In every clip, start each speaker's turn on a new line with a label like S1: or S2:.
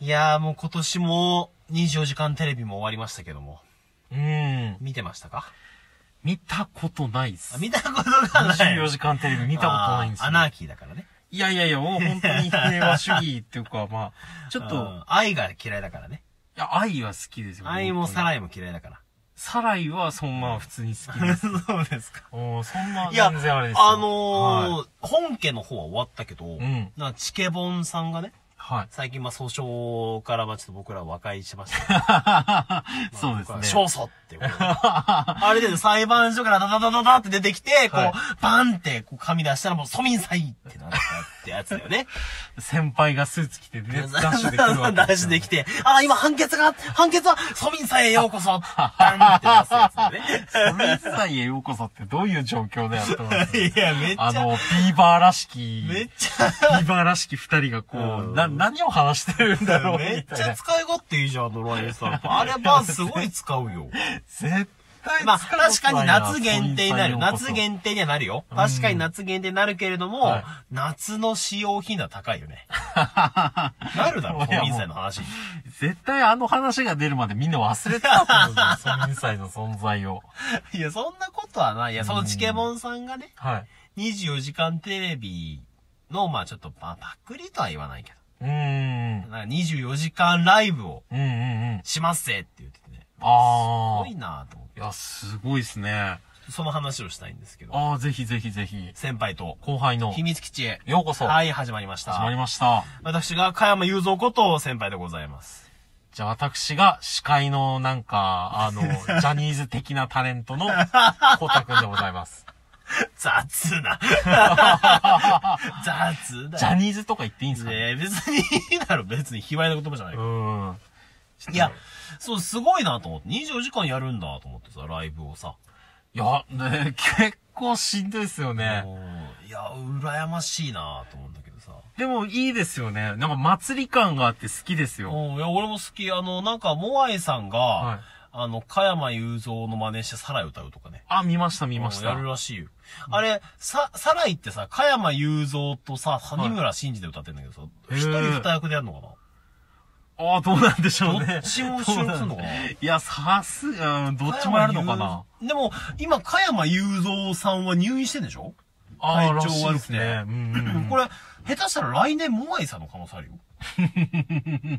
S1: いやーもう今年も24時間テレビも終わりましたけども。
S2: うん。
S1: 見てましたか
S2: 見たことないっす
S1: あ。見たことがない。
S2: 24時間テレビ見たことないんです
S1: あーア
S2: よ。
S1: ナーキーだからね。
S2: いやいやいや、 もう本当に平和主義っていうか、 まあ、ちょっと、
S1: う
S2: い
S1: ん愛が嫌いだからね。
S2: や、愛は好きですよ。
S1: 愛もサ
S2: イ。
S1: ライも嫌いだから。
S2: サライは、そんな普通に好きです。
S1: そうですか。
S2: おーそんな、
S1: いや
S2: 全然あれですよ。
S1: あの
S2: はい、
S1: ー、本家の方は終わったけど、
S2: ん
S1: なんかチケボンさんがね、
S2: はい。
S1: 最近まあ訴訟からまあちょっと僕ら和解しましたけど。
S2: そうですね。
S1: 勝訴って いうことで。ある程度裁判所からダダダダダって出てきて、こう、
S2: はい
S1: バンってこう紙出したらもう庶民裁ってなったってやつだよね。
S2: 先輩がスーツ着て、ね、 ダ
S1: ダ
S2: ッシュで来るわけ
S1: ッ
S2: す
S1: シュ
S2: よ
S1: できて、あ、今判決が、判決は庶民裁へようこそバンって出すやつだよね。
S2: それ一切へようこそってどういう状況だよ って思いますね
S1: いや、めっち
S2: あの、
S1: ゃ、
S2: ビーバーらしき、
S1: めっ
S2: ビ
S1: ちゃ、
S2: ーバーらしき二人がこ
S1: う
S2: う、
S1: ん
S2: な、何を話してるんだろう
S1: め
S2: み
S1: った
S2: い
S1: ちゃ
S2: な。
S1: 使い勝手いいじゃん、ドライス タンプ。あればすごい使うよ。
S2: 絶対
S1: まあ、
S2: 使うこと
S1: 確か
S2: な
S1: に
S2: いな
S1: 夏限定になる。夏限定にはなるよ。確かに夏限定になるけれども、
S2: はい
S1: 夏の使用頻度は高いよね。なるだろ、
S2: いや
S1: 本人祭の話。
S2: 絶対あの話が出るまでみんな忘れてたと思うんですよ、ソミンサイの存在を。
S1: いや、そんなことはない。いや、そのチケモンさんがね、
S2: はい。
S1: 24時間テレビの、まあちょっと、まあパクリとは言わないけ
S2: うーん。
S1: ど、なんか24時間ライブを
S2: うんうんうん。
S1: しますぜって言っててね。す
S2: あ
S1: ごい
S2: ー。
S1: なぁと思って
S2: いや、すごいですね。。
S1: その話をしたいんですけど、
S2: あー、ぜひぜひぜひ。
S1: 先輩と、
S2: 後輩の
S1: 秘、密基地へ。
S2: ようこそ。。
S1: はいい、始まりました。
S2: 始まりました。
S1: 私が加山雄三こと先輩でございます。
S2: じゃあ私が司会のなんか、あの、ジャニーズ的なタレントのコタくんでござ います。
S1: 雑な。雑だ
S2: ジャニーズとか言っていいんですかね。
S1: ねえ別にいいだろ、別に卑猥な言葉じゃないう
S2: ん。はい
S1: や、そう、すごいなと思って、24時間やるんだと思ってさ、ライブをさ。
S2: いや、ね、結構しんどいですよね。
S1: うんいや、羨ましいなと思うんだけどさ。
S2: でもいいですよね。なんか祭り感があって好きですよ。
S1: うんいや、俺も好き。あの、なんか、モアイさんが、
S2: はい
S1: あの、加山雄三の真似してサライ歌うとかね。
S2: あ、見ました見まし
S1: う
S2: た
S1: んや。るらしいよ。あれ、さ、サライってさ、加山雄三とさ、谷村新司で歌ってんだけどさ、
S2: へー
S1: 一人二役でやるのかな
S2: ああ、どうなんでしょう
S1: ど
S2: ね
S1: っ。ちも収録すんのかない
S2: や、さすが、うんどっちもやるのかな。
S1: 加山雄三でも、今、加山雄三さんは入院してんでしょ
S2: ああ、
S1: 体
S2: ら
S1: 調
S2: しい
S1: 悪
S2: で
S1: く
S2: す
S1: て
S2: ね。うんうんうん。
S1: これ、下手したら来年、モアイさんの可能性あ るよ。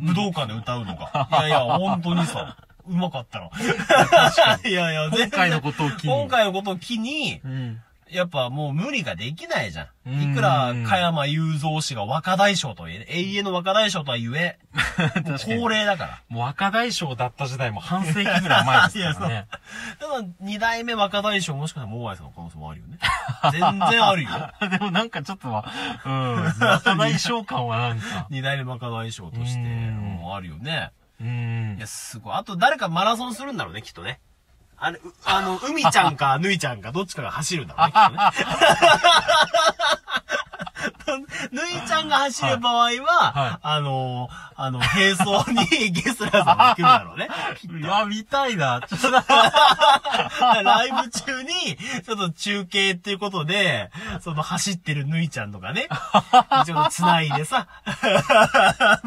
S1: 武道館で歌うのが。いやいや、本当にさ、うまかったら。 いやいや、
S2: 今回のことを機に
S1: 今回のことを機に
S2: う、ん。
S1: やっぱもう無理ができないじゃ。
S2: うんん
S1: いくら、加山雄三氏が若大将とはいえ、永遠の若大将とは言 え、もう
S2: かに
S1: 高齢だから。
S2: もう若大将だった時代も半世紀ぐ らい前ですからね。
S1: ただ、二代目若大将もしかしたらモアイさんの可能性もある よね。全然あるよ。
S2: でもなんかちょっとは、うん、若大将感はなんか。
S1: 二代目若大将として、
S2: うん
S1: もうあるよね。
S2: うん
S1: いや、。すごい。あと誰かマラソンするんだろうね、きっとね。あれ、う あの、海ちゃんか、ぬいちゃんか、どっちかが走るんだろうね、きっとね。 ぬいちゃんが走る場合は、
S2: はい
S1: あのー、あの、並走に ゲスラーさんが行くんだろうね。
S2: いや、見たいな。ちょっと、
S1: ライブ中に、ちょっと中継っていうことで、その走ってるぬいちゃんとか ね、ちょっと繋いでさ、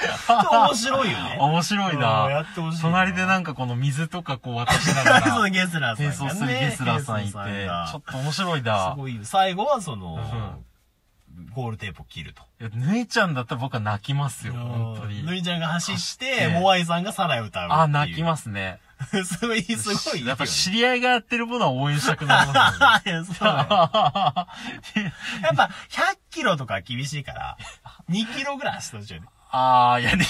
S1: 面白いよね。
S2: 面白い
S1: うんや
S2: な
S1: ってほしい。な
S2: 隣でなんかこの水とかこう渡しなが
S1: その
S2: ら、
S1: ゲスラーさんが、ね。
S2: 並走するゲスラーさんいて、
S1: ゲスラーが
S2: ちょっと面白いな
S1: す。ごいよ。最後はその、
S2: ん
S1: ゴールテープを切ると。
S2: いやぬいちゃんだったら僕は泣きますよ、本当
S1: ぬ
S2: に。
S1: いちゃんが走して、
S2: 走って
S1: モアイさんがサライ歌うっていう。
S2: あ、泣きますね。
S1: す。すごい、すごいよ。
S2: やっぱ知り合いがやってるものは応援したくなります よね。
S1: いやそうだよやっぱ、100キロとか厳しい から、2キロぐらい走ってほしいよね。
S2: あー、いや、ね、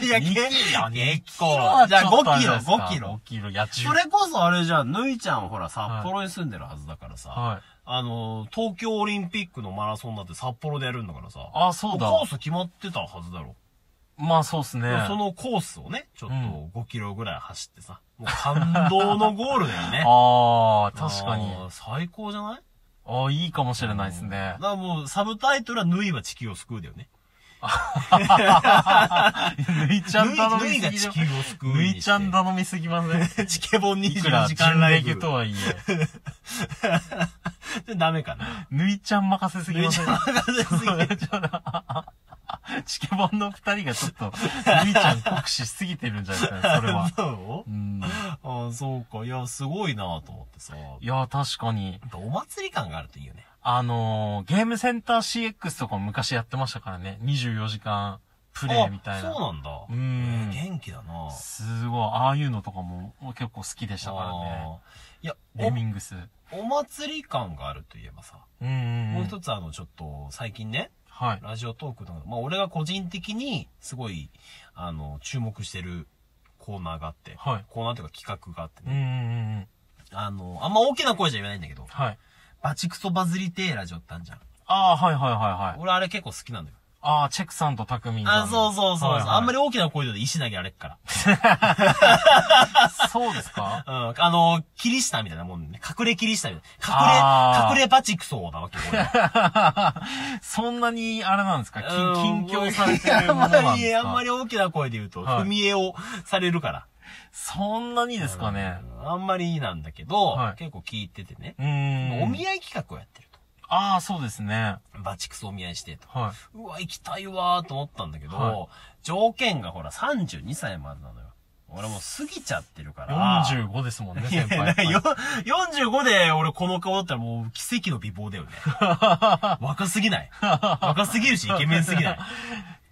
S1: いや、
S2: 2キロ
S1: 結
S2: キロ
S1: 構。
S2: は
S1: じゃあ
S2: ちょっと
S1: 5
S2: あれ
S1: キ
S2: じゃ
S1: ロ、
S2: ないですか
S1: 5キロ
S2: 5。キロ、いや、10
S1: それこそあれじゃん、ぬいちゃんほら、札幌に住んでるはずだからさ、
S2: はい。
S1: あの、東京オリンピックのマラソンだって札幌でやるんだからさ、
S2: あ、そうだ。
S1: コース決まってたはずだろ。
S2: まあ、そうっすね。
S1: そのコースをね、ちょっと5キロぐらい走ってさ、もう感動のゴールだよね。
S2: あー、確かに。
S1: あー。最高じゃない
S2: あー、いいかもしれないです
S1: だ
S2: ね
S1: か。らもう、サブタイトルは、ぬいは地球を救うだよね。
S2: ぬいちゃ
S1: ぬ
S2: ん
S1: い
S2: 頼
S1: ぬ
S2: み
S1: い
S2: す
S1: が
S2: ぎ
S1: 地
S2: じゃ
S1: 球を救う
S2: ぬ
S1: にして。
S2: いちゃん頼みすぎません。
S1: チケボン
S2: いくら
S1: 24時間
S2: 人
S1: ライ
S2: 力
S1: ブ。
S2: とはいえ、
S1: ダメかな。
S2: ぬいちゃん任せすぎ
S1: ぬい
S2: ま
S1: ち
S2: せ
S1: ゃ
S2: ん
S1: ん。任せすぎて。
S2: 地シケボンの二人がちょっと、ゆいちゃん酷使しすぎてるんじゃないです かね、それは。
S1: そう
S2: うん。
S1: ああ、そうか。いや、すごいなと思ってさ。や
S2: いや、確かに。
S1: っぱお祭り感があるといいよね。
S2: あのーゲームセンター CX とかも昔やってましたからね。24時間
S1: プ
S2: プレイみたいな。
S1: そうなんだ。
S2: うん
S1: えー元気だな
S2: すごい。ああいうのとかも結構好きでしたからね。
S1: あーいや、
S2: レミングス。
S1: お、お祭り感があるといえばさ、
S2: うんうんうん。
S1: もう一つあの、ちょっと、最近ね、
S2: はい。
S1: ラジオトークの、まあ、俺が個人的に、すごい、あの、注目してるコーナーがあって、
S2: はい
S1: コーナーというか企画があって
S2: うんう
S1: ね、
S2: んうんうん。
S1: あの、あんま大きな声じゃ言えないんだけど、
S2: はい。
S1: バチクソバズりてえラジオってあるじゃん。
S2: ああ、はいはいはいはい。
S1: 俺あれ結構好きなのよ。
S2: ああ、チェックさんとタクミンさんの。
S1: あ、そうそうそうそう、
S2: はいはい
S1: あんまり大きな声で石投げられっか
S2: そうですか
S1: ら。うん。あの、キリシタみたいなもんね。隠れキリシタみたいな。
S2: あー
S1: 隠れ、隠れバチクソなわけよ、俺は。
S2: そんなに、あれなんですか
S1: うん
S2: 近近況されてるものなんです
S1: あんまり、あんま
S2: か
S1: り大きな声で言うと、
S2: はい
S1: 踏み絵をされるから。
S2: そんなにですかね
S1: うんあんまりなんだけど、
S2: はい
S1: 結構聞いててね。
S2: うーん。
S1: お見合い企画をやってる
S2: ああ、そうですね。
S1: と。バチクソお見合いしてと。
S2: は
S1: うわ、行きたいわーと思ったんだけど、
S2: は
S1: 条件がほら32歳までなのよ。俺もう過ぎちゃってるか
S2: い。
S1: ら。
S2: 45ですもんね、
S1: いやい
S2: 先
S1: や
S2: 輩。
S1: よ45で俺この顔だったらもう奇跡の美貌だよ ね。若すぎない。若すぎるしイケメンすぎない。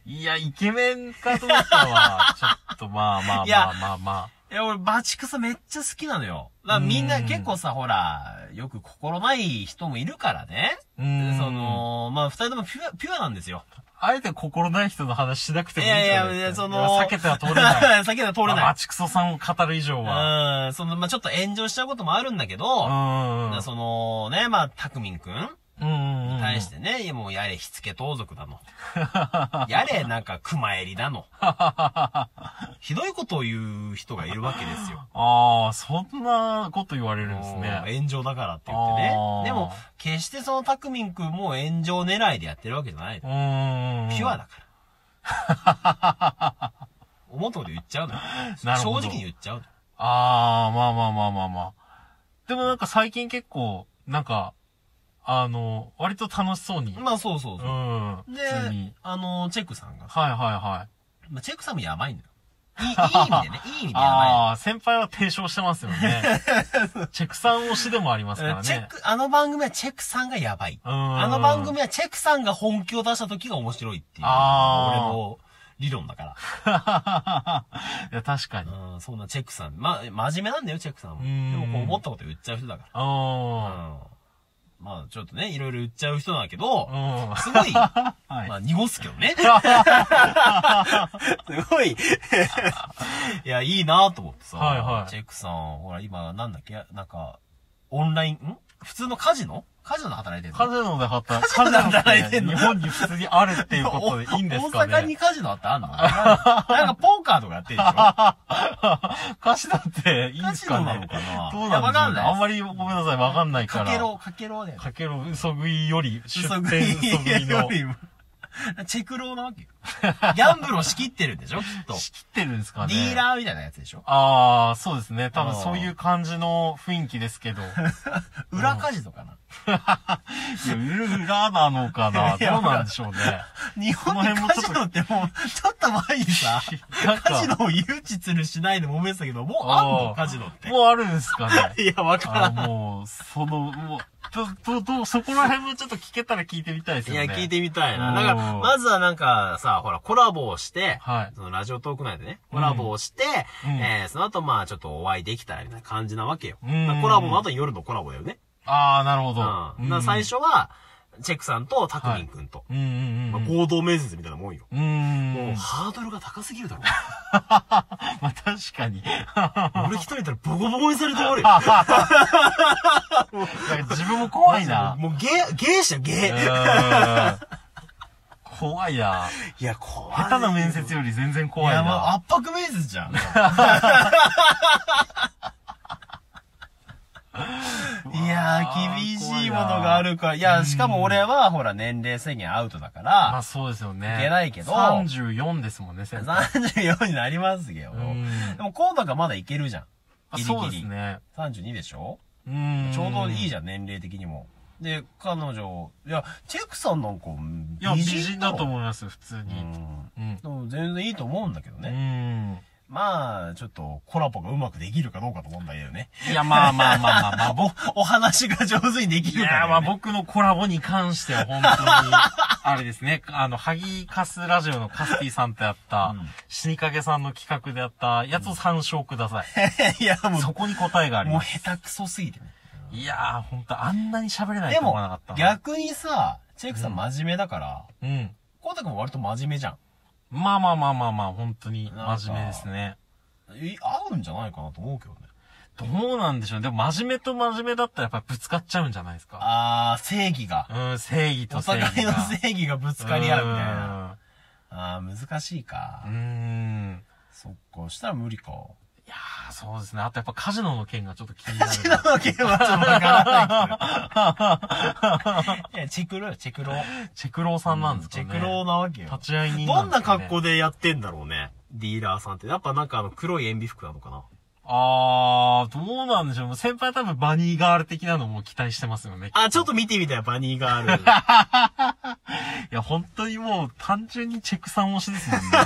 S2: いや、イケメンかと思ったわ。ちょっと、まあまあ
S1: いや
S2: まあまあま
S1: いや、俺、バチクソめっちゃ好きなのよ。だからみんな
S2: うん
S1: 結構さ、ほら、よく心ない人もいるからね。
S2: あ。うーん。
S1: そ、の、まあ、二人ともピュア、ピュアなんですよ。
S2: あえて心ない人の話しなくて
S1: い
S2: もいいん
S1: やい
S2: じゃな
S1: や、
S2: い
S1: い
S2: で
S1: や
S2: すか
S1: その、
S2: 避けては通れない。。
S1: 避けて は通れ
S2: まあ
S1: な
S2: バチクソさんを語る以上は。
S1: い。うん、その、まあ、ちょっと炎上しちゃうこともあるんだけど、
S2: うん。
S1: だからその、ね、まあ、たくみんくん
S2: うんうん。
S1: 対してね、いやもうやれ、火付け盗賊だ の。やれ、なんか、熊襟だの。ひどいことを言う人がいるわけですよ。
S2: ああ、そんなこと言われるんです
S1: もう
S2: ね。
S1: 炎上だからって言ってね
S2: あー。
S1: でも、決してそのタクミン君も炎上狙いでやってるわけじゃない。
S2: う
S1: ピ
S2: ーん。
S1: ュアだから。 思ったこと言っちゃうのよ。
S2: なる
S1: 正
S2: ほど
S1: 直に言っちゃうの。
S2: ああ、まあまあまあまあまあ。でもなんか最近結構、なんか、あの、割と楽しそうに。
S1: まあそうそう
S2: う
S1: そう。
S2: ん。
S1: で
S2: 普通に。、
S1: あの、チェックさんが。
S2: はいはいはい。
S1: まあ、チェックさんもやばいの よ。いいいい意味でね。いい意味でやばいのよ。
S2: ああ、先輩は提唱してますよ ね。チェクさん推しでもありますからね。
S1: チェック、あの番組はチェックさんがやばい。
S2: うん。
S1: あ
S2: あ
S1: の番 組はチェックさんが本気を出した時が面白いっていう。
S2: あー
S1: 俺の理論だから。
S2: いや、確かに。うん。
S1: うん、そんなチェックさん。ま、真面目なんだよ、チェックさんも。
S2: う
S1: で
S2: ん
S1: もこう思ったこと言っちゃう人だか
S2: あ
S1: ら。うん。まあちょっとね、いろいろ言っちゃう人なんだけど
S2: ー、うん。
S1: すごい、ま
S2: はい。
S1: あ濁すけどね。す ごい。いや、いいなと思ってさ、
S2: はいはい
S1: チェックさん、ほら今なんだっけ、なんか、オンライン、ん普通のカジノカジノで働いてる
S2: カ
S1: の
S2: ジノで働い
S1: カジノで働いて
S2: て
S1: んの
S2: 日本に普通にあるっていうことでいいんですか
S1: お大阪に
S2: ね
S1: カジノあってあんのなんかポーカーとかやって るでしょ
S2: カジノっていいん
S1: カ
S2: です
S1: ジノ
S2: か
S1: なの
S2: ね
S1: かな
S2: どう
S1: いやわ
S2: な
S1: か
S2: ん
S1: ん
S2: です
S1: な
S2: かね
S1: い。
S2: あんまりごめんなさい、わかんないから。
S1: かけろ、かけろだよね。
S2: かけろ、嘘食いより、出
S1: 嘘食い
S2: 店嘘食いの
S1: よ。りもチェクローなわけよ。ギャンブルを仕切ってるんでしょきっと。
S2: 仕切ってるんですかね。
S1: ディーラーみたいなやつでしょ
S2: ああ、そうですね。多分そういう感じの雰囲気です けど。い
S1: 裏カジノかな
S2: や、裏なのかな
S1: いや
S2: どうなんでしょうね。
S1: 日本
S2: この
S1: に
S2: 辺も
S1: カ
S2: ちょっ
S1: ジ
S2: と
S1: ノってもう、ちょっと前に さ、
S2: なん
S1: カジ
S2: か、
S1: ノを誘致するしないで揉めてたけど、もうあん
S2: あ
S1: の
S2: ー
S1: カジノって。
S2: もうあるんですかね。
S1: いや、わから
S2: あ
S1: ん。
S2: もう、その、もう、ど、ど、ど、そこら辺もちょっと聞けたら聞いてみたいです
S1: い
S2: よ
S1: や、
S2: ね。
S1: 聞いてみたいな。
S2: うん
S1: だから、まずはなんかさ、ほら、コラボをして、
S2: はい
S1: そのラジオトーク内でね、コラボをして、
S2: うん
S1: えー、その後まあちょっとお会いできたらみたいな感じなわけよ。
S2: うん
S1: だからコラボの後夜のコラボだよね。
S2: ああ、なるほ
S1: うん。だ
S2: ど。
S1: から最
S2: 初。
S1: 初は、チェックさんとタクミンくんと、
S2: うんうん
S1: ま
S2: う
S1: あ、
S2: ん。
S1: 合同面接みたいなもんよ。
S2: うーん。
S1: もう
S2: ま
S1: ハードルが高すぎるだろ。
S2: あ確かに。
S1: 俺一人いたらボコボコにされて終わるよ。
S2: なんか自分も怖いな。
S1: もうゲー、ゲーしよ、ゲ
S2: う
S1: ー。
S2: ーん怖いな。
S1: いや、怖い。
S2: 下手な面接より全然怖い
S1: い や、
S2: な。
S1: まあ、圧迫面接じゃん。いやー、厳しいものがあるから。いや、しかも俺は、ほら、年齢制限アウトだか
S2: まあ
S1: ら、
S2: そうですよね。
S1: いけないけど
S2: 34ですもんね、先輩。
S1: 34になりますよ
S2: うん。
S1: でも、コーダがまだいけるじゃん。
S2: あ
S1: ギ
S2: そう
S1: リ
S2: で
S1: ギ
S2: す
S1: リ。
S2: ね。
S1: 32でしょ
S2: うん。
S1: ちょうどいい
S2: ゃ
S1: じゃん、年齢的にも。で、彼女、いや、チェクさんなんか、
S2: いや、美人だと
S1: う。
S2: 思います、普通
S1: う
S2: に。
S1: ん。
S2: うん。
S1: でも全然いいと思うんだけど
S2: う
S1: ね。
S2: ん。
S1: まあ、ちょっとコラボがうまくできるかどうかの問題だよね。
S2: いや、まあまあまあまあまあ、僕、
S1: お話が上手にでき
S2: い
S1: るかだ
S2: や、
S1: よ
S2: まあ
S1: ね。
S2: 僕のコラボに関しては本当 に、あれですね、あの、ハギカスラジオのカスティさんとやった、
S1: うん
S2: 死にかけさんの企画でやったやつを参照くださ い。
S1: いや、も
S2: そこに答えがあ
S1: う、
S2: り
S1: もう
S2: ます。
S1: 下手くそすぎてね。
S2: いやー、ほんと、あんなに喋れない
S1: で
S2: と思
S1: も
S2: わなかった、な。
S1: 逆にさ、チェクさん真面目だから、
S2: うん。
S1: コウタ君も割と真面目じゃん。
S2: まあまあまあまあまあ、本当に真面目ですね。
S1: い合うんじゃないかなと思うけどね。
S2: どうなんでしょうね。でも真面目と真面目だったらやっぱりぶつかっちゃうんじゃないですか。
S1: あー、正義が。
S2: うん、正義と
S1: お
S2: 正
S1: 互
S2: 義
S1: いの
S2: が。
S1: 正義がぶつかり合うみたいな。あー、難しいか
S2: う。ん。うーん。
S1: そっか、したら無理か。
S2: いやー、そうですね。あとやっぱカジノの件がちょっと気になる。
S1: ちの件はちょっとわからない けど。いや、チクロよ、チクロ。
S2: チェクローさんなんですか
S1: チ
S2: ね。
S1: ェクローなわけよ。
S2: 立ち会い人
S1: どんな
S2: です
S1: 格
S2: かね
S1: 好でやってんだろうね。ディーラーさんって。やっぱなんかあの黒い塩ビ服なのかな。
S2: あー、どうなんでしょう。もう先輩多分バニーガール的なのも期待してますよね。
S1: あ、ちょっと見てみたい、バニーガ ール。
S2: いや、本当にもう単純にチェクさん推しですもんね。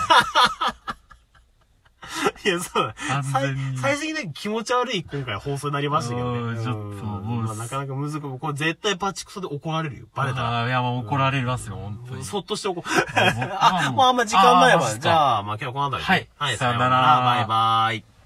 S1: いや、そうだ。
S2: 完全に
S1: 最最終的に気持ち悪い今回放送になりましたけど
S2: う
S1: ね。
S2: んちょっと
S1: うんまあ、なかなか難しい。これ絶対パチクソで怒られるよ。 バレたら。
S2: あーいや、もう怒られますよ、本当に。
S1: そっとしておこう。
S2: あ僕は
S1: あ、もうあんま時間ない
S2: あーマジ
S1: わ。
S2: か
S1: じゃあ、まあ今日はこの辺りで。
S2: はい
S1: はい、
S2: さよなら
S1: バイバイ。